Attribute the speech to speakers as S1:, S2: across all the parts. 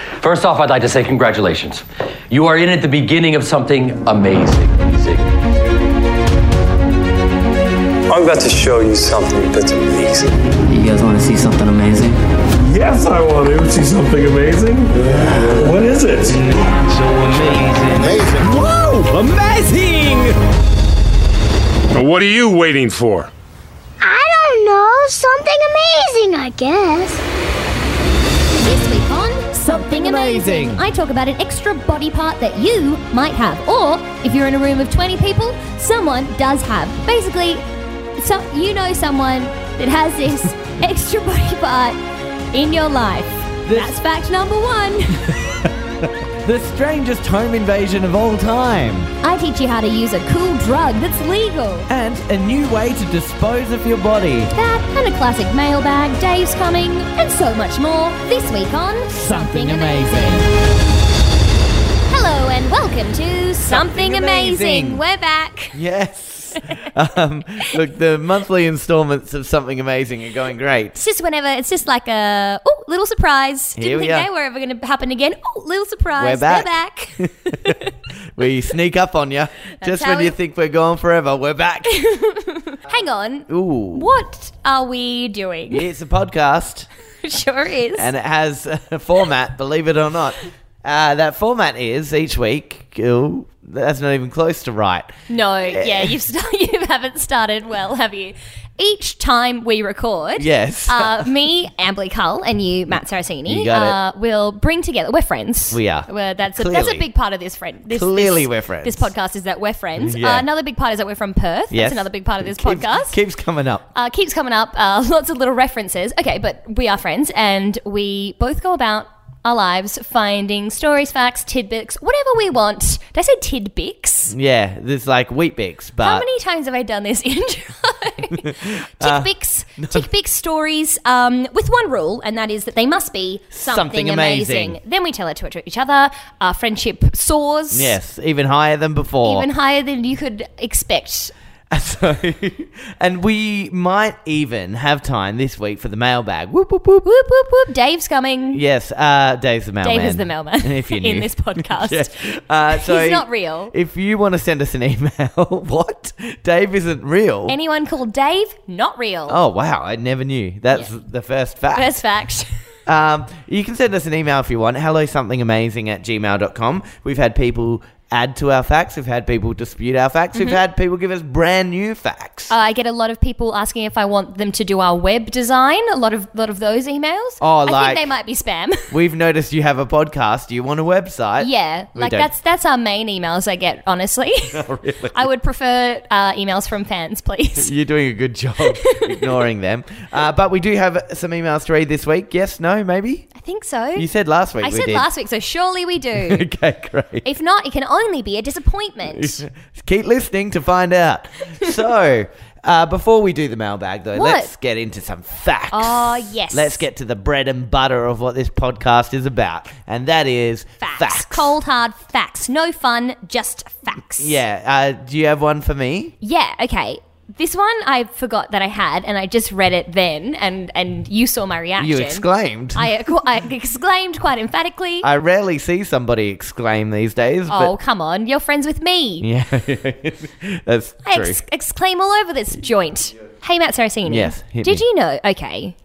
S1: First off, I'd like to say congratulations. You are in at the beginning of something amazing.
S2: I'm about to show you something that's amazing.
S3: You guys want to see something amazing?
S4: Yes, I want to see something amazing. What is it?
S3: So amazing.
S5: Whoa! Amazing!
S6: What are you waiting for?
S7: I don't know. Something amazing, I guess.
S8: This week on Something
S5: Amazing.
S8: Amazing, I talk about an extra body part that you might have, or if you're in a room of 20 people, someone does have. Basically, so you know someone that has this extra body part in your life. That's fact number one.
S5: The strangest home invasion of all time.
S8: I teach you how to use a cool drug that's legal.
S5: And a new way to dispose of your body.
S8: That and a classic mailbag, Dave's coming, and so much more this week on
S5: Something Amazing.
S8: Hello and welcome to Something
S5: Amazing.
S8: Amazing. We're back.
S5: Yes. um, look, the monthly installments of Something Amazing are going great.
S8: It's just whenever it's just like a oh little surprise. Didn't
S5: Here we
S8: think
S5: are.
S8: they were ever going to happen again. Oh little surprise.
S5: We're back.
S8: We're back.
S5: We sneak up on you just
S8: how
S5: when you
S8: we-
S5: think we're gone forever. We're back.
S8: Hang on.
S5: Ooh.
S8: What are we doing?
S5: It's a podcast
S8: sure is.
S5: and it has a format, believe it or not. Uh, that format is each week. Ooh, that's not even close to right.
S8: no.
S5: eh.
S8: Yeah. You've st- you haven't started well, have you? Each time we record.
S5: Yes.
S8: uh, me, Ambly Cull, and you, Matt Saracini,
S5: You got
S8: Uh, will bring together. We're friends.
S5: We are.
S8: We're, that's, a, that's
S5: Clearly.
S8: a big part of this friend. This,
S5: Clearly
S8: this-
S5: we're friends.
S8: This podcast is that we're friends.
S5: Yeah.
S8: Uh, another big part is that we're from Perth. That's
S5: Yes.
S8: another big part of this
S5: Keeps-
S8: podcast.
S5: Keeps coming up.
S8: uh, keeps coming up. Uh, lots of little references. Okay, but we are friends, and we both go about our lives finding stories, facts, tidbits, whatever we want. Did I say tidbits?
S5: Yeah, there's like wheat bix, but
S8: How many times have I done this intro?
S5: Uh,
S8: tick picks, tick pick stories, um, with one rule, and that is that they must be something,
S5: Something amazing.
S8: amazing. Then we tell it to, to each other. Our friendship soars.
S5: yes, even higher than before.
S8: Even higher than you could expect.
S5: So, and we might even have time this week for the mailbag. Whoop whoop whoop.
S8: Whoop, whoop, whoop. Dave's coming.
S5: Yes, uh, Dave's the mailman.
S8: Dave is the mailman
S5: If you knew.
S8: in this podcast.
S5: Yes. Uh, so
S8: He's not real.
S5: If you want to send us an email, what? Dave isn't real.
S8: Anyone called Dave? Not real.
S5: oh wow, I never knew. That's
S8: Yeah.
S5: the first fact.
S8: First fact.
S5: Um, you can send us an email if you want. Hello, something amazing at gmail.com. We've had people add to our facts. We've had people dispute our facts. We've had people give us brand new facts.
S8: Mm-hmm. Uh, I get a lot of people asking if I want them to do our web design. A lot of lot of those emails.
S5: Oh,
S8: I
S5: like-
S8: think they might be spam.
S5: We've noticed you have a podcast. Do you want a website?
S8: Yeah,
S5: Uh, We
S8: like
S5: don't. Oh,
S8: that's that's our main emails I get. Honestly, I would prefer uh, emails from fans, please.
S5: You're doing a good job ignoring them. Uh, but we do have some emails to read this week. Yes, no, maybe?
S8: I think so.
S5: You said last week
S8: I
S5: we
S8: said
S5: did.
S8: last week, so surely we do.
S5: Okay, great.
S8: if not, it can only be a disappointment.
S5: Keep listening to find out. So, uh, before we do the mailbag, though,
S8: What?
S5: let's get into some facts.
S8: Oh, yes.
S5: Let's get to the bread and butter of what this podcast is about, and that is
S8: Facts.
S5: facts.
S8: cold hard facts, no fun, just facts.
S5: Yeah. Uh, do you have one for me?
S8: yeah. Okay, this one I forgot that I had, and I just read it then, and and you saw my reaction.
S5: You exclaimed.
S8: I, ex- I exclaimed quite emphatically.
S5: I rarely see somebody exclaim these days.
S8: oh,
S5: Uh, But
S8: come on! You're friends with me.
S5: yeah, that's
S8: I
S5: true.
S8: ex- exclaim all over this joint. Hey, Matt Saracini.
S5: Yes, hit
S8: Did
S5: me.
S8: you know? Okay.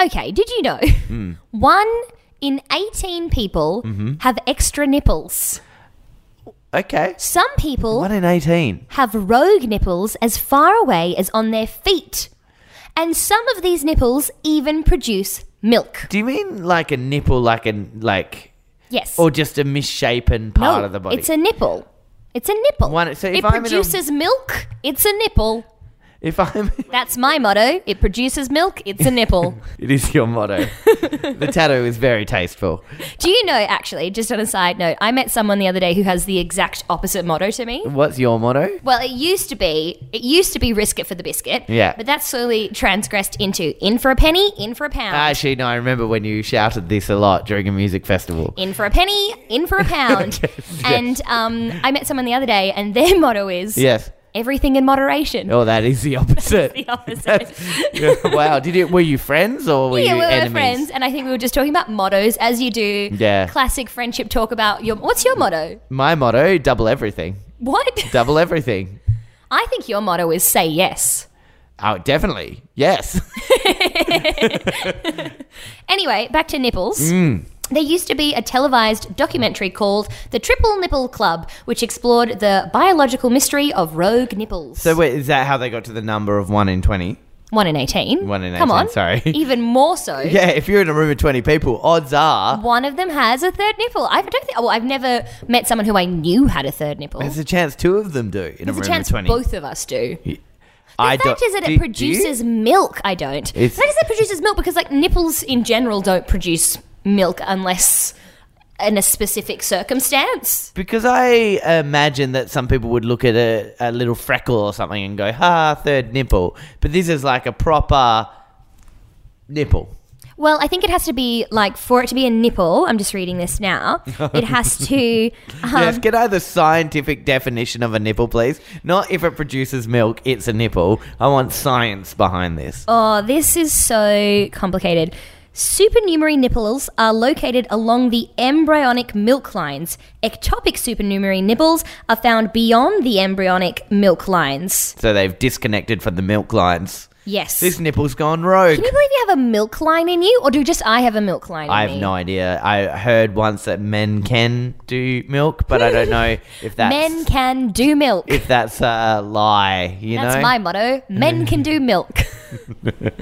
S8: Okay. Did you know?
S5: Hmm.
S8: One in 18 people
S5: Mm-hmm.
S8: have extra nipples.
S5: okay.
S8: Some people
S5: One in eighteen.
S8: have rogue nipples as far away as on their feet. And some of these nipples even produce milk.
S5: Do you mean like a nipple, like a like,
S8: Yes.
S5: or just a misshapen
S8: No,
S5: Oh, part of the body?
S8: It's a nipple. It's a nipple.
S5: One- so
S8: it
S5: if I'm in a-
S8: produces milk. It's a nipple.
S5: if I'm
S8: That's my motto. It produces milk. It's a nipple.
S5: It is your motto. the tattoo is very tasteful.
S8: Do you know, actually, just on a side note, I met someone the other day who has the exact opposite motto to me.
S5: What's your motto?
S8: Well, it used to be, it used to be risk it for the biscuit.
S5: Yeah.
S8: But that's slowly transgressed into in for a penny, in for a pound.
S5: Actually, no, I remember when you shouted this a lot during a music festival.
S8: in for a penny, in for a pound.
S5: Yes, yes.
S8: And um, I met someone the other day, and their motto is
S5: Yes.
S8: everything in moderation.
S5: Oh, that is the opposite.
S8: The opposite.
S5: Yeah, wow. Did you were you friends or were
S8: yeah,
S5: you
S8: we were
S5: enemies?
S8: friends, and I think we were just talking about mottos, as you do.
S5: Yeah.
S8: Classic friendship talk about your. What's your motto?
S5: My motto: double everything,
S8: What?
S5: double everything.
S8: I think your motto is say yes.
S5: Oh, definitely yes.
S8: Anyway, back to nipples. There used to be a televised documentary called The Triple Nipple Club, which explored the biological mystery of rogue nipples.
S5: so wait, is that how they got to the number of one in twenty?
S8: one in 18.
S5: One in
S8: Come
S5: 18,
S8: on.
S5: sorry.
S8: Even more so.
S5: Yeah, if you're in a room of twenty people, odds are
S8: One of them has a third nipple. I don't think. Well, I've never met someone who I knew had a third nipple.
S5: there's a chance two of them do in
S8: There's
S5: a
S8: a
S5: room
S8: chance
S5: of twenty.
S8: both of us do.
S5: I
S8: The fact
S5: don't-
S8: is that
S5: do-
S8: it
S5: do you?
S8: produces milk. I don't. the
S5: It's-
S8: fact is it produces milk because like nipples in general don't produce milk unless in a specific circumstance.
S5: Because I imagine that some people would look at a, a little freckle or something and go, ha, third nipple. But this is like a proper nipple.
S8: Well, I think it has to be like for it to be a nipple. I'm just reading this now. It has to. Um,
S5: yes, can I have the scientific definition of a nipple, please? Not if it produces milk, it's a nipple. I want science behind this.
S8: Oh, this is so complicated. Supernumerary nipples are located along the embryonic milk lines. Ectopic supernumerary nipples are found beyond the embryonic milk lines.
S5: So they've disconnected from the milk lines.
S8: Yes.
S5: This nipple's gone rogue.
S8: Can you believe you have a milk line in you, or do just I have a milk line?
S5: I
S8: in
S5: have
S8: me?
S5: no idea. I heard once that men can do milk, but I don't know if that's
S8: Men can do milk.
S5: if that's a lie. You
S8: That's
S5: know,
S8: my motto. Men can do milk. Have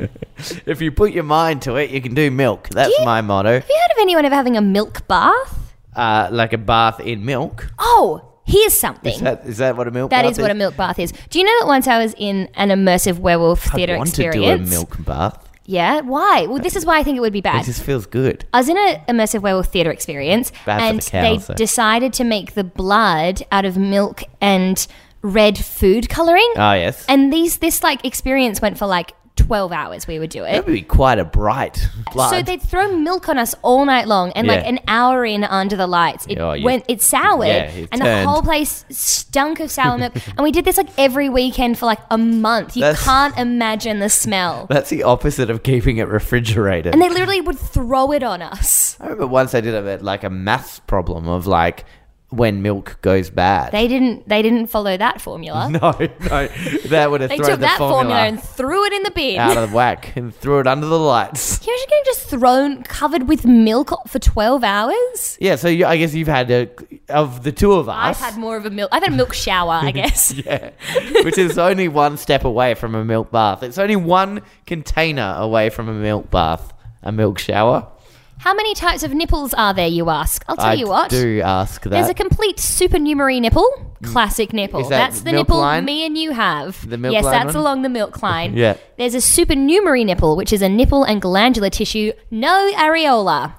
S5: If you put your mind to it, you can do milk. That's
S8: you-
S5: my motto.
S8: you heard of anyone ever having a milk bath?
S5: Uh, like a bath in milk.
S8: Oh, here's something.
S5: Is that, is that what a milk
S8: That
S5: bath
S8: is what a milk bath is. Do you know that once I was in an immersive werewolf theater
S5: I want
S8: experience?
S5: to do a milk bath.
S8: Yeah, why? Well, this is why I think it would be
S5: It
S8: bad.
S5: just feels good.
S8: I was in an immersive werewolf theater experience,
S5: Bad for
S8: and
S5: the cows,
S8: they
S5: though.
S8: decided to make the blood out of milk and red food coloring.
S5: Oh, yes.
S8: And these this like experience went for like twelve hours. We would do
S5: That
S8: it.
S5: would be quite a bright blood.
S8: So they'd throw milk on us all night long, and like
S5: Yeah.
S8: an hour in under the lights, it
S5: Oh, you-
S8: went it soured,
S5: yeah, it
S8: and the
S5: turned.
S8: whole place stunk of sour milk. and we did this like every weekend for like a month. You
S5: That's-
S8: can't imagine the smell.
S5: That's the opposite of keeping it refrigerated.
S8: And they literally would throw it on us.
S5: I remember once I did have a, like a maths problem of like when milk goes bad.
S8: They didn't. They didn't follow that formula.
S5: no, no, that would have
S8: they
S5: thrown
S8: took
S5: the
S8: that formula.
S5: formula,
S8: and threw it in the bin.
S5: out of whack and threw it under the lights.
S8: Can you imagine getting just thrown covered with milk for twelve hours?
S5: Yeah, so you, I guess you've had a, of the two of us.
S8: I've had more of a milk. I've had a milk shower, I guess.
S5: Yeah. Which is only one step away from a milk bath. It's only one container away from a milk bath. A milk shower.
S8: How many types of nipples are there? You ask. I'll tell
S5: I
S8: you what.
S5: do ask that. Mm.
S8: There's a complete supernumerary nipple, classic nipple.
S5: Is that
S8: that's the
S5: milk
S8: nipple
S5: line?
S8: me and you have.
S5: The milk
S8: yes,
S5: line
S8: that's
S5: one?
S8: along the milk line.
S5: Yeah.
S8: There's a supernumerary nipple, which is a nipple and glandular tissue, no areola.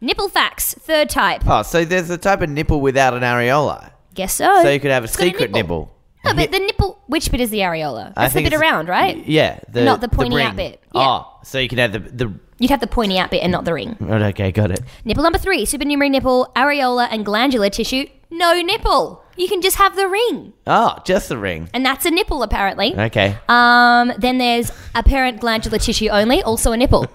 S8: Nipple facts, third type.
S5: oh, so there's a type of nipple without an areola.
S8: Guess so.
S5: So you could have
S8: Oh,
S5: a
S8: It's got
S5: secret nipple.
S8: No, but the nipple. Which bit is the areola?
S5: I
S8: That's the
S5: think
S8: bit
S5: it's-
S8: around, right?
S5: Yeah. The,
S8: Not the pointy out
S5: ring.
S8: bit.
S5: Oh, so you could have the. the
S8: You'd have the pointy out bit and not the ring.
S5: right, okay, got it.
S8: Nipple number three: supernumerary nipple, areola, and glandular tissue. No nipple. You can just have the ring,
S5: Oh, just the ring.
S8: and that's a nipple apparently.
S5: Okay.
S8: Um, then there's apparent glandular tissue only, also a nipple.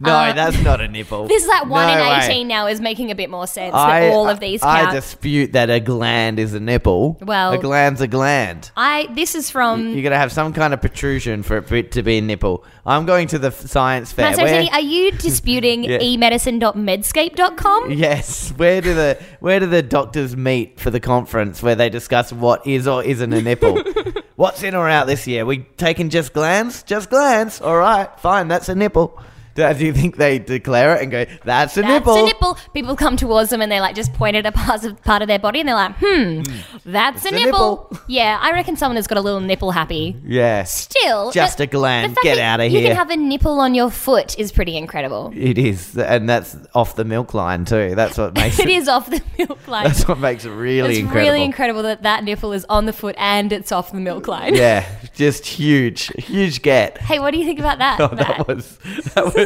S5: no, that's not a nipple.
S8: Uh, This is like one
S5: No
S8: in
S5: way.
S8: eighteen now is making a bit more sense.
S5: I,
S8: that all of these
S5: I,
S8: count.
S5: dispute that a gland is a nipple.
S8: Well-
S5: a gland's a gland.
S8: I this is from.
S5: You're gonna have some kind of protrusion for it- for it to be a nipple. I'm going to the f- science fair.
S8: Matt
S5: Where-
S8: Saraceni, are you disputing
S5: Yeah.
S8: emedicine.medscape.com?
S5: yes, where do the where do the doctors meet for the conference where they discuss what is or isn't a nipple? What's in or out this year? We taking just glands, just glands. All right, fine, that's a nipple. Do, do you think they declare it and go, "That's a
S8: That's
S5: nipple"?
S8: a nipple. People come towards them and they like just point at a part of, part of their body and they're like, hmm, that's a
S5: a
S8: nipple.
S5: nipple.
S8: Yeah, I reckon someone has got a little nipple happy.
S5: Yes,
S8: Still,
S5: Just
S8: the-
S5: a gland.
S8: the fact
S5: Get
S8: that
S5: outta
S8: You can
S5: here.
S8: have a nipple on your foot is pretty incredible.
S5: it is, and that's off the milk line too. That's what makes
S8: it is off the milk line.
S5: That's what makes it really
S8: it's
S5: incredible.
S8: really incredible that that nipple is on the foot and it's off the milk line.
S5: yeah, just huge, huge get.
S8: Hey, what do you think about that?
S5: Oh, that
S8: Matt?
S5: was that was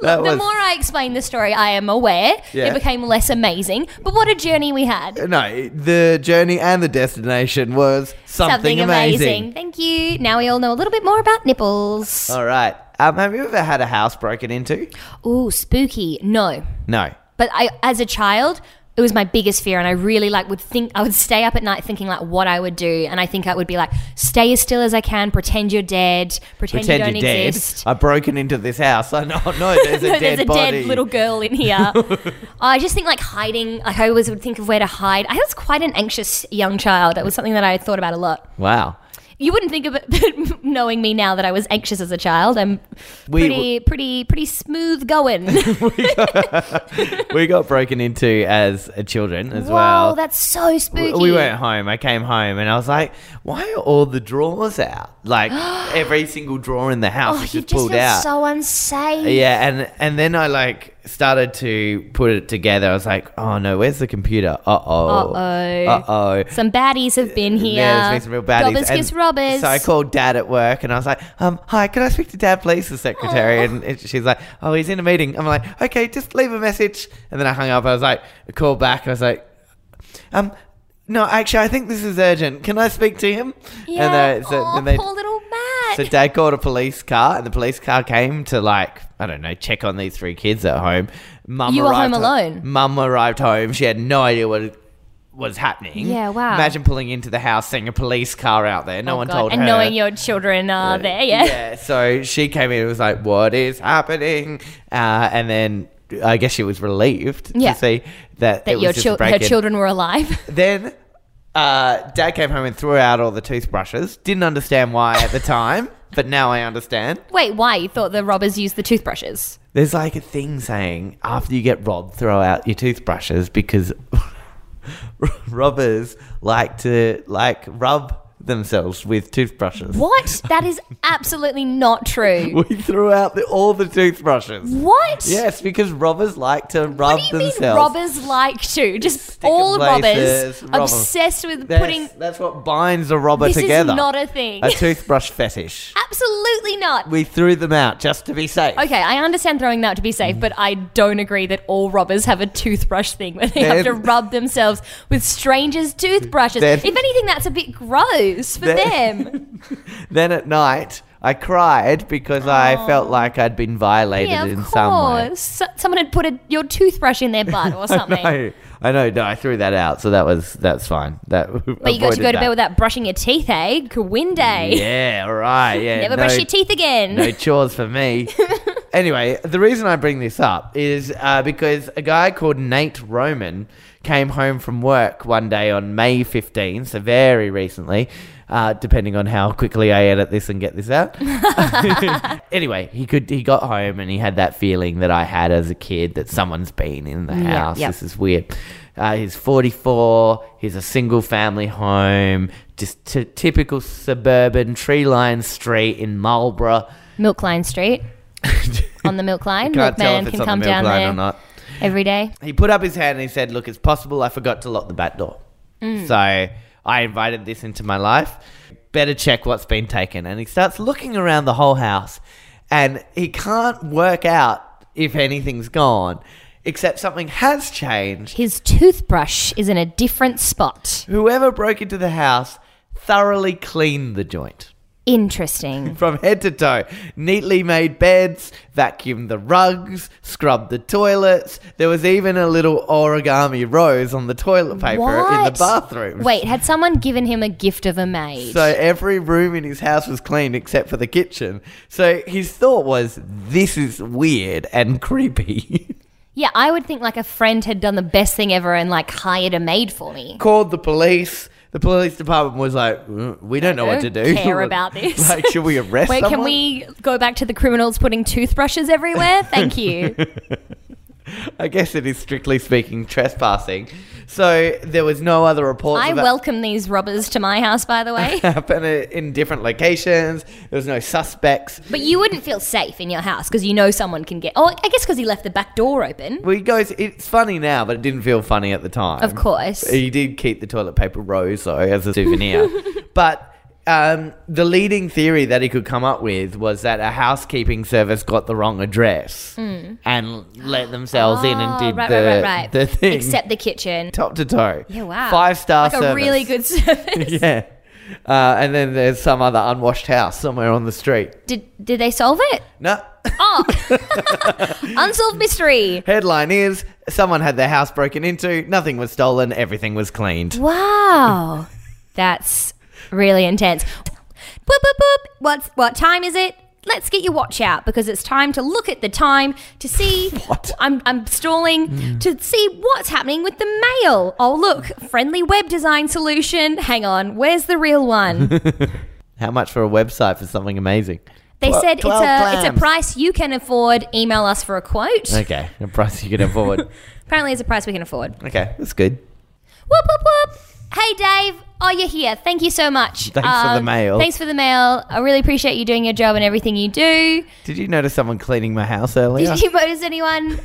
S5: That
S8: the
S5: was-
S8: more I explain the story, I am aware
S5: Yeah.
S8: it became less amazing. But what a journey we had!
S5: No, the journey and the destination was something, amazing.
S8: Thank you. Now we all know a little bit more about nipples.
S5: All right. Um, have you ever had a house broken into?
S8: Ooh, spooky. No.
S5: No.
S8: But I, as a child, it was my biggest fear, and I really like would think I would stay up at night thinking like what I would do, and I think I would be like, stay as still as I can, pretend you're dead, pretend,
S5: Pretend
S8: you don't
S5: you're dead.
S8: exist.
S5: I've broken into this house. I know. No, there's a
S8: No,
S5: dead
S8: there's a
S5: body.
S8: dead little girl in here. I just think like hiding. Like I always would think of where to hide. I was quite an anxious young child. That was something that I had thought about a lot.
S5: Wow.
S8: You wouldn't think of it, but knowing me now that I was anxious as a child, I'm
S5: We-
S8: pretty, pretty, pretty smooth going.
S5: we got broken into as uh, children as
S8: Whoa,
S5: well.
S8: that's so spooky.
S5: W- We went home. I came home and I was like, "Why are all the drawers out? Like every single drawer in the house
S8: Oh,
S5: is
S8: you
S5: just
S8: just
S5: pulled
S8: feel
S5: out."
S8: so unsafe.
S5: yeah, and and then I like started to put it together. I was like, "Oh no, where's the computer? Uh oh,
S8: Uh-oh.
S5: uh oh."
S8: Some baddies have been here.
S5: Yeah, there's been some real baddies.
S8: Robbers
S5: And
S8: kiss robbers.
S5: So I called dad at work and I was like, um, hi, can I speak to dad, please, the secretary?
S8: Aw.
S5: And it, she's like, oh, he's in a meeting. I'm like, okay, just leave a message. And then I hung up. I was like, I called back. I was like, um, no, actually, I think this is urgent. Can I speak to him?
S8: yeah.
S5: And, uh, so,
S8: Aw,
S5: then they,
S8: poor little Matt.
S5: so dad called a police car and the police car came to like, I don't know, check on these three kids at home. Mum
S8: You were
S5: arrived
S8: home
S5: ho-
S8: alone?
S5: Mum arrived home. She had no idea what was happening.
S8: Yeah, wow.
S5: Imagine pulling into the house, seeing a police car out there. No
S8: Oh,
S5: one
S8: God.
S5: told
S8: and
S5: her.
S8: knowing your children are there, yeah.
S5: Yeah, so she came in and was like, "What is happening?" Uh, and then I guess she was relieved
S8: Yeah.
S5: to see that it
S8: That
S5: was
S8: your
S5: just
S8: chil-
S5: a break
S8: her children were alive.
S5: Then uh, Dad came home and threw out all the toothbrushes. Didn't understand why at the time, but now I understand.
S8: Wait, why? You thought the robbers used the toothbrushes?
S5: There's like a thing saying after you get robbed, throw out your toothbrushes because robbers like to like rub themselves with toothbrushes.
S8: What? That is absolutely not true.
S5: We threw out the, all the toothbrushes.
S8: What?
S5: Yes, because robbers like to rub
S8: What do you
S5: themselves.
S8: mean robbers like to? Just
S5: Stick 'em
S8: all robbers
S5: places, rob 'em.
S8: obsessed with
S5: That's,
S8: putting.
S5: that's what binds a robber
S8: This is
S5: together.
S8: not a thing.
S5: A toothbrush fetish.
S8: Absolutely not.
S5: We threw them out just to be safe.
S8: Okay, I understand throwing that to be
S5: Mm.
S8: safe, but I don't agree that all robbers have a toothbrush thing where they have to
S5: Then-
S8: rub themselves with strangers' toothbrushes.
S5: Then-
S8: if anything, that's a bit gross for
S5: Then-
S8: them.
S5: Then at night, I cried because I felt like I'd been violated
S8: yeah,
S5: in
S8: of
S5: some way.
S8: course. So- someone had put a, your toothbrush in their butt or something.
S5: No, I know. No, I threw that out, so that was that's fine. That
S8: But you got to go to bed without brushing your teeth, eh? Good day.
S5: Yeah, all right. Yeah,
S8: Never
S5: no-
S8: brush your teeth again.
S5: No chores for me. anyway, the reason I bring this up is uh, because a guy called Nate Roman came home from work one day on May 15th, so very recently. Uh, depending on how quickly I edit this and get this out. anyway, he could he got home and he had that feeling that I had as a kid that someone's been in the house.
S8: yeah.
S5: This is weird. Uh, he's 44. He's a single family home, just t- typical suburban tree lined street in Marlborough.
S8: Milk Line Street. on the Milk Line.
S5: Can't tell
S8: Milkman
S5: if
S8: can
S5: it's on
S8: come
S5: the milk
S8: down
S5: line
S8: there
S5: or not.
S8: every day.
S5: He put up his hand and he said, "Look, it's possible. I forgot to lock the back door, so I invited this into my life. Better check what's been taken." And he starts looking around the whole house, and he can't work out if anything's gone, except something has changed.
S8: His toothbrush is in a different spot.
S5: Whoever broke into the house thoroughly cleaned the joint.
S8: Interesting.
S5: from head to toe. Neatly made beds, vacuumed the rugs, scrubbed the toilets. There was even a little origami rose on the toilet paper in the
S8: What?
S5: bathroom.
S8: Wait, had someone given him a gift of a maid?
S5: So every room in his house was clean except for the kitchen. So his thought was, this is weird and creepy.
S8: yeah, I would think like a friend had done the best thing ever and like hired a maid for me.
S5: Called the police. The police department was like, "Mm, we don't know what to
S8: don't
S5: do.
S8: care about this.
S5: Like, should we arrest
S8: Wait, can
S5: someone?
S8: we go back to the criminals putting toothbrushes everywhere? Thank you.
S5: I guess it is strictly speaking trespassing. So there was no other reports.
S8: I
S5: about-
S8: welcome these robbers to my house, by the way.
S5: happen i- in different locations. There was no suspects.
S8: But you wouldn't feel safe in your house because you know someone can get. Oh, I guess because he left the back door open.
S5: Well, he goes. It's funny now, but it didn't feel funny at the time.
S8: Of course.
S5: he did keep the toilet paper rose though as a souvenir, but. um, the leading theory that he could come up with was that a housekeeping service got the wrong address and let themselves in and
S8: Hmm. Oh,
S5: did
S8: right,
S5: the,
S8: right, right, right.
S5: the thing.
S8: Except the kitchen.
S5: top to toe.
S8: Yeah, wow.
S5: Five star
S8: Like a really good service.
S5: yeah. Uh, and then there's some other unwashed house somewhere on the street.
S8: Did did they solve it?
S5: No.
S8: Oh, unsolved mystery.
S5: Headline is someone had their house broken into, nothing was stolen, everything was cleaned.
S8: Wow, that's really intense. Boop boop boop. What's what time is it? Let's get your watch out because it's time to look at the time to see.
S5: What?
S8: I'm I'm stalling to see what's happening with the mail. Oh look, friendly web design solution. Hang on, where's the real one?
S5: How much for a website for something amazing?
S8: They
S5: Twelve-
S8: said it's
S5: twelve
S8: a it's
S5: clams.
S8: a price you can afford. Email us for a quote.
S5: Okay, a price you can afford.
S8: Apparently, it's a price we can afford.
S5: okay, that's good.
S8: Whoop whoop whoop! Hey Dave, oh you're here. Thank you so much. Um,
S5: Thanks for the mail.
S8: Thanks for the mail. I really appreciate you doing your job and everything you do.
S5: Did you notice someone cleaning my house earlier?
S8: Did you notice anyone?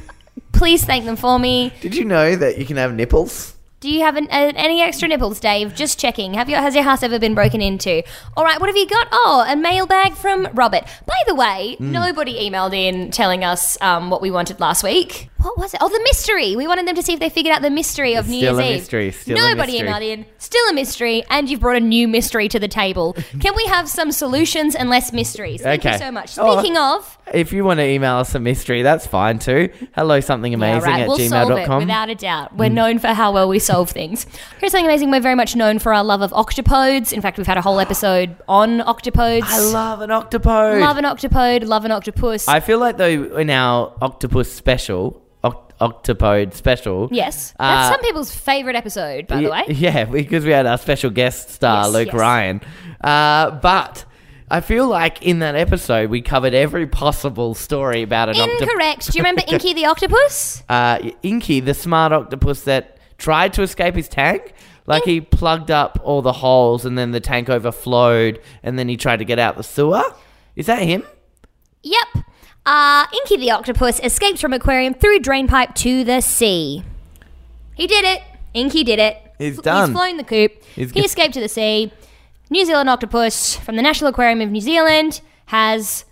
S8: Please thank them for me.
S5: Did you know that you can have nipples?
S8: Do you have an, uh, any extra nipples, Dave? Just checking. Have your has your house ever been broken into? All right, what have you got? Oh, a mailbag from Robert. By the way,
S5: Hmm.
S8: nobody emailed in telling us um, what we wanted last week. What was it? Oh, the mystery. We wanted them to see if they figured out the mystery of New
S5: still
S8: Year's
S5: a
S8: Eve.
S5: mystery, still a
S8: nobody
S5: mystery.
S8: emailed in. Still a mystery, and you've brought a new mystery to the table. Can we have some solutions and less mysteries? Thank you
S5: Okay.
S8: so much.
S5: Oh.
S8: Speaking of,
S5: If you want to email us a mystery, that's fine too. Hello, something
S8: Yeah,
S5: amazing
S8: right.
S5: at
S8: we'll solve it
S5: gmail.com.
S8: without a doubt.
S5: Mm.
S8: We're known for how well we solve things. Here's something amazing. We're very much known for our love of octopodes. In fact, we've had a whole episode on octopodes.
S5: I love an octopus.
S8: Love an octopode. Love an octopus.
S5: I feel like though in our octopus special, oct- octopode special.
S8: yes,
S5: uh,
S8: that's some people's favorite episode, by the way.
S5: y- Yeah, because we had our special guest star,
S8: Yes,
S5: Luke
S8: yes.
S5: Ryan. Uh, but I feel like in that episode, we covered every possible story about an octopus.
S8: Incorrect. Do you remember Inky the octopus?
S5: Uh, Inky, the smart octopus that tried to escape his tank. Like he plugged up all the holes and then the tank overflowed and then he tried to get out the sewer. Is that him?
S8: Yep. Uh, Inky the octopus escaped from aquarium through drainpipe to the sea. He did it. Inky did it.
S5: He's
S8: Fl-
S5: done.
S8: He's flown the coop.
S5: He's
S8: he
S5: go-
S8: escaped to the sea. New Zealand octopus from the National Aquarium of New Zealand has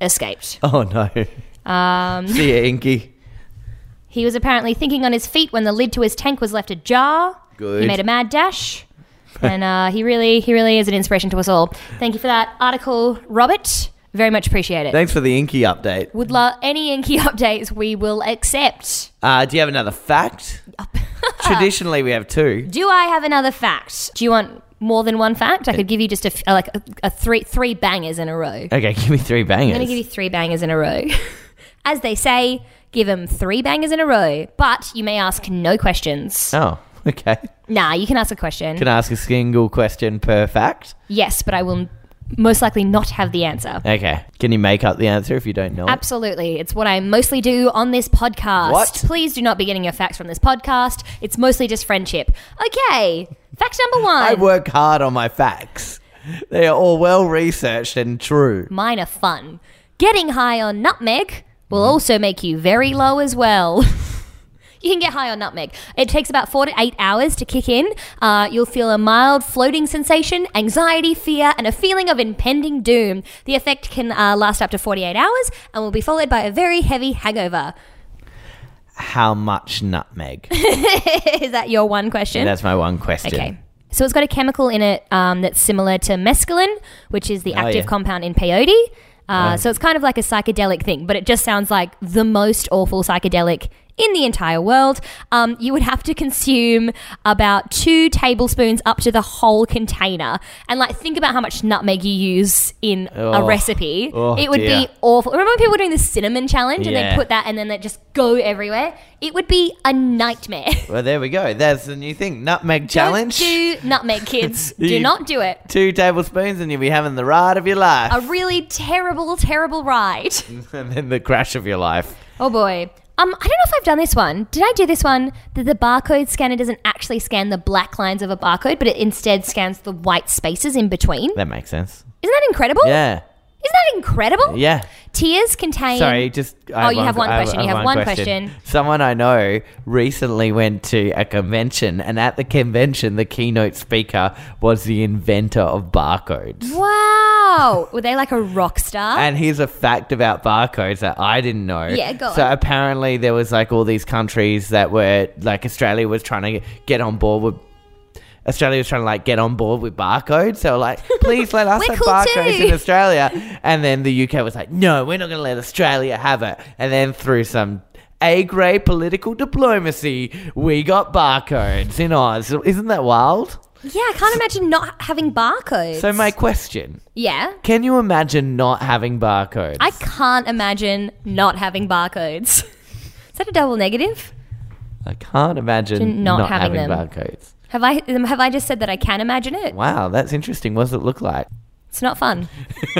S8: escaped.
S5: Oh no.
S8: Um,
S5: See ya, Inky.
S8: he was apparently thinking on his feet when the lid to his tank was left ajar.
S5: Good.
S8: He made a mad dash. and uh, he really, he really is an inspiration to us all. Thank you for that article, Robert. Very much appreciate it.
S5: Thanks for the Inky update.
S8: Would love any Inky updates we will accept.
S5: Uh, do you have another fact? Traditionally, we have two.
S8: Do I have another fact? Do you want more than one fact? I could give you just a f- uh, like a, a three three bangers in a row. I'm
S5: Okay, give me three bangers.
S8: gonna give you three bangers in a row. As they say, give them three bangers in a row, but you may ask no questions.
S5: oh, okay.
S8: Nah, you can ask a question.
S5: Can I ask a single question per fact?
S8: yes, but I will m- most likely not have the answer.
S5: Okay. Can you make up the answer if you don't know? it?
S8: Absolutely. It's what I mostly do on this podcast.
S5: What?
S8: Please do not be getting your facts from this podcast. It's mostly just friendship. Okay. Fact number one.
S5: I work hard on my facts. They are all well researched and true.
S8: mine are fun. Getting high on nutmeg will also make you very low as well. you can get high on nutmeg. It takes about four to eight hours to kick in. Uh, you'll feel a mild floating sensation, anxiety, fear, and a feeling of impending doom. The effect can uh, last up to 48 hours and will be followed by a very heavy hangover.
S5: How much nutmeg?
S8: Is that your one question?
S5: That's my one question.
S8: Okay. So it's got a chemical in it um, that's similar to mescaline, which is the
S5: Oh,
S8: active
S5: yeah.
S8: compound in peyote. Uh, So it's kind of like a psychedelic thing, but it just sounds like the most awful psychedelic in the entire world. Um, you would have to consume about two tablespoons up to the whole container. And like, think about how much nutmeg you use in a
S5: Oh.
S8: recipe.
S5: Oh,
S8: it would
S5: dear.
S8: be awful. Remember when people were doing the cinnamon challenge and
S5: Yeah.
S8: they put that and then they just go everywhere? It would be a nightmare.
S5: Well, there we go. That's the new thing. Nutmeg challenge.
S8: Don't do nutmeg, kids. do
S5: You-
S8: not do it.
S5: Two tablespoons, and you'll be having the ride of your life,
S8: A really terrible, terrible ride.
S5: and then the crash of your life.
S8: Oh boy. Um, I don't know if I've done this one. Did I do this one? That the barcode scanner doesn't actually scan the black lines of a barcode, but it instead scans the white spaces in between. Isn't
S5: That makes sense.
S8: that incredible?
S5: Yeah.
S8: that incredible?
S5: Yeah.
S8: Tears contain.
S5: Sorry, just. I
S8: oh, you have one
S5: I
S8: question.
S5: I
S8: you have one question.
S5: Someone I know recently went to a convention, and at the convention, the keynote speaker was the inventor of barcodes.
S8: Wow. Were they like a rock star?
S5: And here's a fact about barcodes that I didn't know.
S8: Oh. Yeah, go
S5: So
S8: on.
S5: apparently there was like all these countries that were like Australia was trying to get on board with. Australia was trying to like get on board with barcodes, so like, please let us
S8: We're
S5: have
S8: cool
S5: barcodes
S8: too.
S5: in Australia. And then the UK was like, no, we're not going to let Australia have it. And then through some A grade political diplomacy, we got barcodes in Oz. Isn't that wild?
S8: yeah, I can't imagine not having barcodes.
S5: So my question:
S8: yeah.
S5: Can you imagine not having barcodes?
S8: I can't imagine not having barcodes. Is that a double negative?
S5: I can't imagine
S8: not
S5: not,
S8: having
S5: having,
S8: them.
S5: barcodes.
S8: Have I um, have I just said that I can imagine it?
S5: Wow, that's interesting. What does it look like?
S8: It's not fun.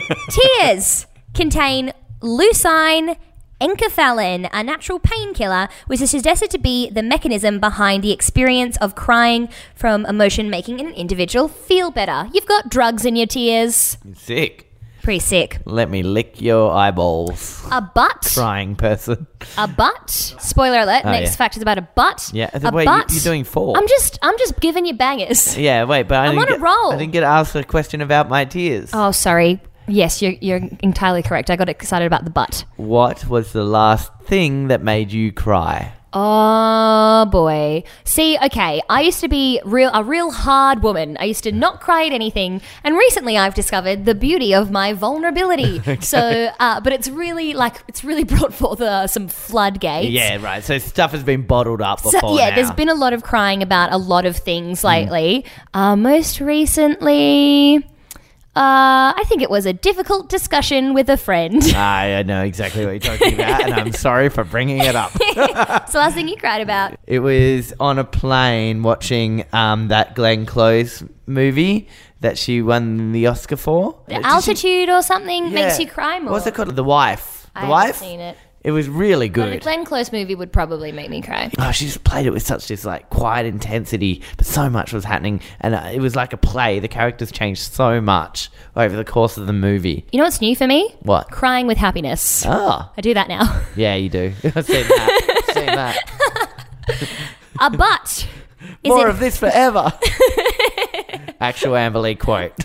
S8: Tears contain leucine enkephalin, a natural painkiller, which is suggested to be the mechanism behind the experience of crying from emotion making an individual feel better. You've got drugs in your tears.
S5: Sick.
S8: Pretty sick.
S5: Let me lick your eyeballs,
S8: A butt.
S5: crying person.
S8: a butt. Spoiler alert. next
S5: Oh, yeah.
S8: fact is about a butt.
S5: Yeah,
S8: a
S5: wait, you-
S8: butt.
S5: you're doing four.
S8: I'm just, I'm just giving you bangers.
S5: Yeah, wait, but I
S8: I'm
S5: didn't
S8: on a
S5: get,
S8: roll.
S5: I didn't get asked a question about my tears.
S8: Oh, sorry. Yes, you're, you're entirely correct. I got excited about the butt.
S5: What was the last thing that made you cry?
S8: Oh boy. See, okay, I used to be real a real hard woman. I used to not cry at anything, and recently I've discovered the beauty of my vulnerability. So, uh, but it's really like it's really brought forth uh, some floodgates.
S5: yeah, right. So stuff has been bottled up
S8: So,
S5: before
S8: yeah,
S5: now. Hmm.
S8: there's been a lot of crying about a lot of things lately. Uh, most recently, uh, I think it was a difficult discussion with a friend.
S5: I I know exactly what you're talking about, and I'm sorry for bringing it up.
S8: That's the last thing you cried about.
S5: It was on a plane watching um, that Glenn Close movie that she won the Oscar for.
S8: The altitude or something makes you cry more.
S5: What's it called? The Wife.
S8: I
S5: the
S8: haven't
S5: Wife?
S8: seen it.
S5: It was really
S8: The
S5: good.
S8: Glenn Close movie would probably make me cry.
S5: Oh, she just played it with such this like quiet intensity, but so much was happening, and uh, it was like a play. The characters changed so much over the course of the movie.
S8: You know what's new for me?
S5: What?
S8: Crying with happiness.
S5: Oh,
S8: I do that now.
S5: yeah, you do. I've seen that. I've seen that.
S8: A butt. Is
S5: More
S8: it-
S5: of this forever. Actual Amber Lee quote.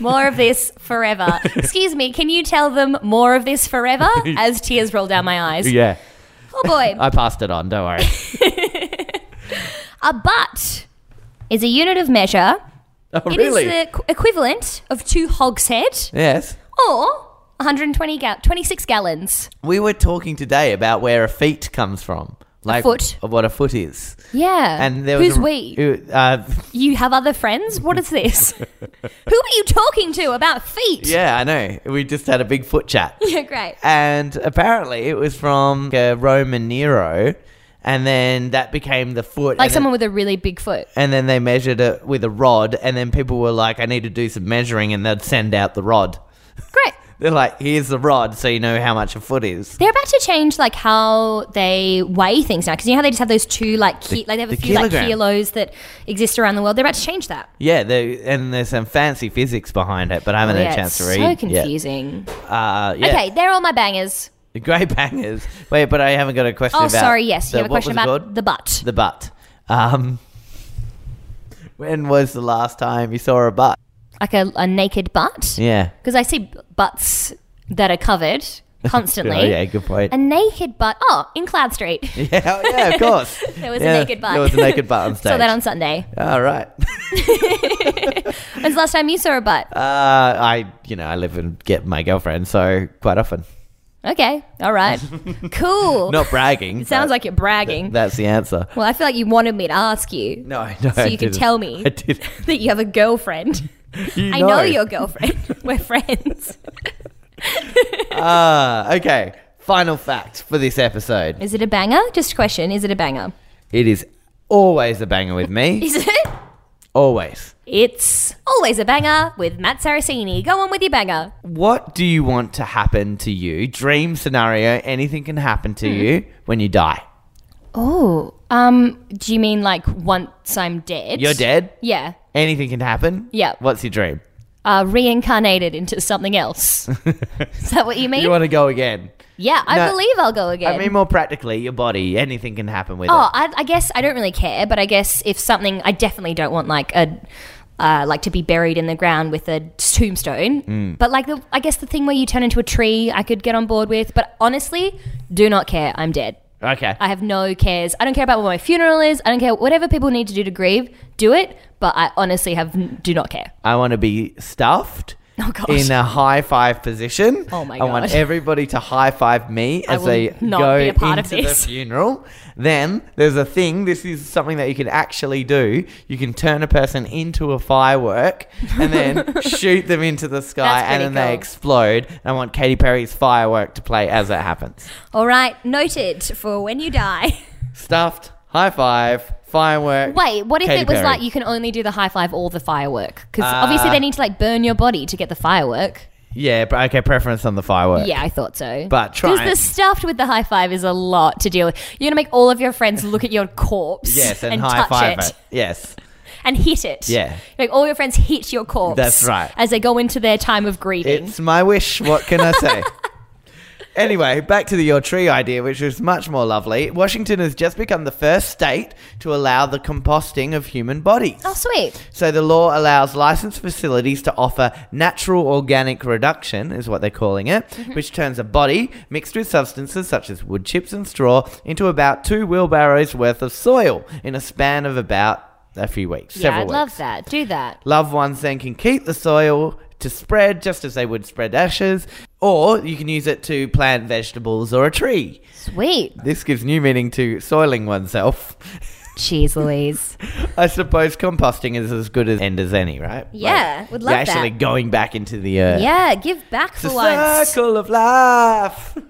S8: More of this forever. Excuse me, can you tell them more of this forever? As tears roll down my eyes.
S5: Yeah,
S8: Oh boy.
S5: I passed it on. Don't worry.
S8: A butt is a unit of measure.
S5: Oh,
S8: It is
S5: really?
S8: the qu- equivalent of two hogshead
S5: yes.
S8: or 120 ga- 26 gallons.
S5: We were talking today about where a feet comes from, like
S8: foot.
S5: of what a foot is.
S8: Yeah.
S5: And there was
S8: Who's
S5: a-
S8: we?
S5: it- Uh,
S8: you have other friends? What is this? Who are you talking to about feet?
S5: yeah, I know. We just had a big foot chat.
S8: Yeah, great.
S5: And apparently it was from a Roman Nero, and then that became the foot.
S8: Like
S5: and
S8: someone
S5: Then,
S8: with a really big foot.
S5: and then they measured it with a rod, and then people were like, "I need to do some measuring," and they'd send out the rod.
S8: Great.
S5: They're like, "Here's the rod, so you know how much a foot is."
S8: They're about to change like how they weigh things now because you know how they just have those two like ki- like they have a
S5: the
S8: few like
S5: kilogram.
S8: kilos that exist around the world. They're about to change that.
S5: Yeah, they- and there's some fancy physics behind it, but I haven't had
S8: Oh, yeah,
S5: a chance to
S8: it's
S5: read.
S8: so
S5: yet.
S8: confusing.
S5: Uh, yeah.
S8: Okay, they're all my bangers.
S5: The Great Bangers. Wait, but I haven't got a question
S8: Oh,
S5: about.
S8: sorry. Yes, you
S5: the-
S8: have a
S5: what
S8: question
S5: was it
S8: about
S5: called?
S8: the butt.
S5: the butt. Um, when was the last time you saw a butt?
S8: like a, a naked butt.
S5: Yeah.
S8: Because I see butts that are covered constantly.
S5: Oh, yeah, good point.
S8: A naked butt. Oh, in Cloud Street.
S5: yeah, oh, yeah, of course.
S8: There was a
S5: Yeah,
S8: naked butt.
S5: There was a naked butt on stage.
S8: saw that on Sunday.
S5: All right.
S8: When's the last time you saw a butt?
S5: Uh, I, you know, I live and get my girlfriend, so quite often.
S8: okay. All right. Cool.
S5: Not bragging.
S8: Sounds
S5: but
S8: like you're bragging.
S5: that's the answer.
S8: well, I feel like you wanted me to ask you.
S5: No, no.
S8: So you can tell me
S5: I did.
S8: that you have a girlfriend.
S5: You
S8: I know your girlfriend. We're friends.
S5: Ah, okay. Final fact for this episode.
S8: Is it a banger? Just a question. Is it a banger?
S5: It is always a banger with me.
S8: Is it?
S5: always.
S8: It's always a banger with Matt Saracini. Go on with your banger.
S5: What do you want to happen to you? Dream scenario, anything can happen to
S8: Mm-hmm.
S5: you when you die.
S8: Oh, um, do you mean like once I'm dead?
S5: You're dead,
S8: Yeah.
S5: anything can happen.
S8: Yeah.
S5: What's your dream?
S8: are reincarnated into something else. Is that what you mean?
S5: You want to go again?
S8: yeah, I
S5: No.
S8: believe I'll go again.
S5: I mean, more practically, your body, anything can happen with
S8: Oh, I, I guess I don't really care, but I guess if something, I definitely don't want like a. Uh, like to be buried in the ground with a tombstone,
S5: Mm.
S8: but like the, I guess the thing where you turn into a tree, I could get on board with. But honestly, do not care. I'm dead.
S5: it. Okay.
S8: I have no cares. I don't care about what my funeral is. I don't care whatever people need to do to grieve. Do it, but I honestly have do not care.
S5: I want to be stuffed
S8: Oh, gosh.
S5: in a high five position.
S8: Oh, my
S5: I want
S8: God.
S5: everybody to high five me
S8: I
S5: as
S8: will
S5: they
S8: not
S5: go
S8: be a part of
S5: into
S8: this.
S5: the funeral. Then there's a thing. This is something that you can actually do. You can turn a person into a firework and then shoot them into the sky,
S8: That's
S5: and then
S8: pretty
S5: they
S8: cool.
S5: explode. And I want Katy Perry's firework to play as it happens.
S8: All right, noted for when you die.
S5: Stuffed, high five, firework.
S8: Wait, what if
S5: Katy
S8: it was
S5: Perry. Uh,
S8: like you can only do the high five or the firework? Because obviously they need to like burn your body to get the firework.
S5: Yeah, but okay, preference on the firework.
S8: Yeah, I thought so.
S5: But try
S8: because
S5: and-
S8: the stuffed with the high five is a lot to deal with. You're gonna make all of your friends look at your corpse.
S5: Yes, and, high
S8: touch
S5: five
S8: it.
S5: it. Yes.
S8: and hit it.
S5: Yeah.
S8: like all your friends hit your corpse.
S5: That's right.
S8: As they go into their time of grieving.
S5: It's my wish. What can I say? anyway, back to the your tree idea, which was much more lovely. Washington has just become the first state to allow the composting of human bodies.
S8: oh, sweet.
S5: So the law allows licensed facilities to offer natural organic reduction, is what they're calling it,
S8: Mm-hmm.
S5: which turns a body mixed with substances such as wood chips and straw into about two wheelbarrows worth of soil in a span of about a few weeks.
S8: Yeah,
S5: several
S8: I'd
S5: weeks.
S8: love that. Do that.
S5: Loved ones then can keep the soil to spread just as they would spread ashes, or you can use it to plant vegetables or a tree.
S8: Sweet.
S5: This gives new meaning to soiling oneself.
S8: Cheese, Louise.
S5: I suppose composting is as good an end as any, right?
S8: Yeah,
S5: Like,
S8: would
S5: you're
S8: love
S5: actually
S8: that.
S5: going back into the earth.
S8: yeah, give back
S5: It's a
S8: for once.
S5: circle of life.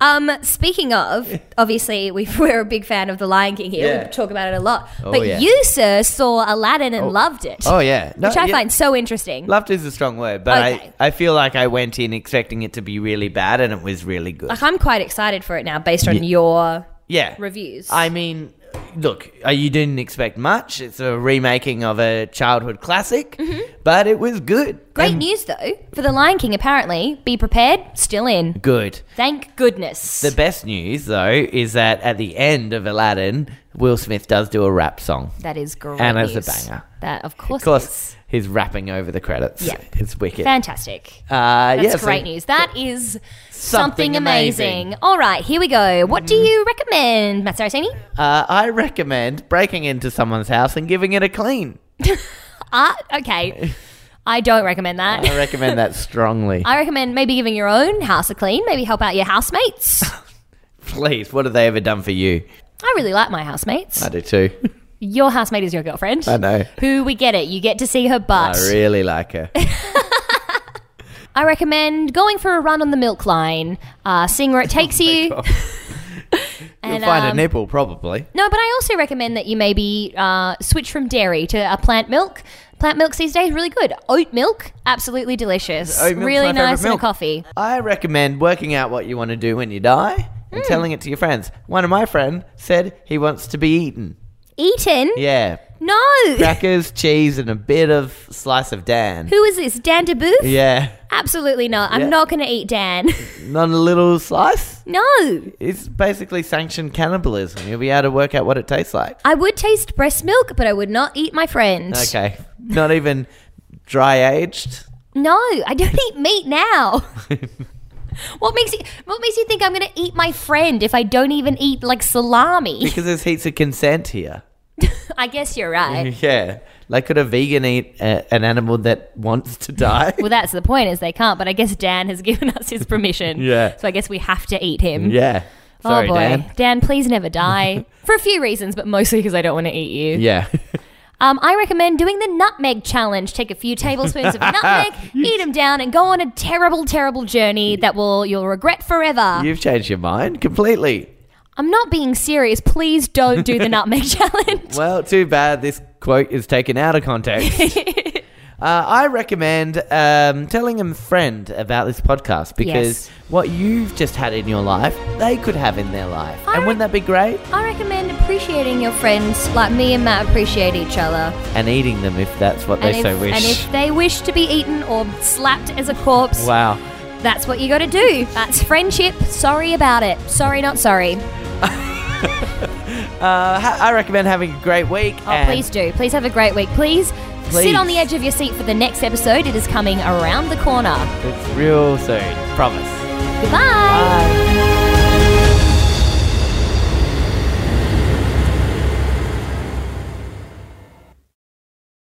S8: Um, speaking of, obviously we we're a big fan of The Lion King here.
S5: Yeah.
S8: We talk about it a lot.
S5: Oh,
S8: but
S5: yeah.
S8: you, sir, saw Aladdin and
S5: Oh.
S8: loved it.
S5: Oh yeah, No,
S8: which I
S5: yeah.
S8: find so interesting.
S5: Loved is a strong word, but
S8: Okay.
S5: I, I feel like I went in expecting it to be really bad, and it was really good.
S8: like I'm quite excited for it now, based on your
S5: yeah,
S8: reviews.
S5: I mean, look, uh, you didn't expect much. It's a remaking of a childhood classic, but it was good.
S8: Mm-hmm. Great
S5: And
S8: news though for The Lion King. Apparently, be prepared. Still in.
S5: Good.
S8: Thank goodness.
S5: The best news, though, is that at the end of Aladdin, Will Smith does do a rap song.
S8: that is great.
S5: And it's a
S8: news.
S5: banger.
S8: That of
S5: Of
S8: course,
S5: course, he's rapping over the credits.
S8: Yeah.
S5: It's wicked.
S8: is. fantastic.
S5: uh,
S8: That's
S5: yeah, so-
S8: great news. That is
S5: Something
S8: something amazing.
S5: amazing.
S8: All right, here we go. What do you recommend, Matt Saraceni?
S5: Uh, I recommend breaking into someone's house and giving it a clean.
S8: Ah, okay. I don't recommend that.
S5: I recommend that strongly.
S8: I recommend maybe giving your own house a clean, maybe help out your housemates.
S5: Please, what have they ever done for you?
S8: I really like my housemates.
S5: I do too.
S8: Your housemate is your girlfriend.
S5: I know.
S8: Who we get it. You get to see her
S5: I
S8: butt.
S5: really like her.
S8: I recommend going for a run on the milk line, uh, seeing where it takes you.
S5: Oh God.
S8: and,
S5: You'll find a
S8: um,
S5: nipple, probably.
S8: No, but I also recommend that you maybe uh, switch from dairy to a plant milk. Plant milks these days really good. Oat milk, absolutely delicious.
S5: Oat milk's Oh, my
S8: really
S5: favourite
S8: nice in a
S5: milk.
S8: coffee.
S5: I recommend working out what you want to do when you die and
S8: Hmm.
S5: telling it to your friends. One of my friends said he wants to be eaten.
S8: Eaten?
S5: Yeah,
S8: No.
S5: crackers, cheese, and a bit of slice of Dan.
S8: Who is this? Dan DeBooth?
S5: Yeah,
S8: Absolutely not. I'm
S5: Yeah.
S8: not going to eat Dan.
S5: not a little slice.
S8: no.
S5: It's basically sanctioned cannibalism. You'll be able to work out what it tastes like.
S8: I would taste breast milk, but I would not eat my friend.
S5: Okay, not even dry aged.
S8: No, I don't eat meat now. what makes you What makes you think I'm going to eat my friend if I don't even eat like salami?
S5: Because there's heaps of consent here.
S8: I guess you're right.
S5: Yeah. Like, could a vegan eat a, an animal that wants to die?
S8: Well, that's the point is they can't. But I guess Dan has given us his permission.
S5: Yeah.
S8: So I guess we have to eat him.
S5: yeah. Sorry,
S8: oh boy,
S5: Dan.
S8: please never die for a few reasons, but mostly because I don't want to eat you.
S5: Yeah.
S8: Um, I recommend doing the nutmeg challenge. Take a few tablespoons of nutmeg, eat them down, and go on a terrible, terrible journey that will you'll regret forever.
S5: You've changed your mind completely.
S8: I'm not being serious. Please don't do the nutmeg challenge.
S5: Well, too bad this quote is taken out of context. Uh, I recommend um, telling a friend about this podcast because
S8: Yes.
S5: what you've just had in your life, they could have in their life.
S8: I
S5: and wouldn't
S8: re-
S5: that be great?
S8: I recommend appreciating your friends like me and Matt appreciate each other.
S5: and eating them if that's what
S8: And
S5: they
S8: if,
S5: so wish.
S8: and if they wish to be eaten or slapped as a corpse,
S5: wow.
S8: that's what you gotta do. That's friendship. Sorry about it. Sorry, not sorry.
S5: Uh, ha- I recommend having a great week.
S8: Oh, please do. Please have a great week. Please, sit
S5: Please.
S8: on the edge of your seat for the next episode. It is coming around the corner.
S5: It's real soon. Promise.
S8: Goodbye.
S5: Bye.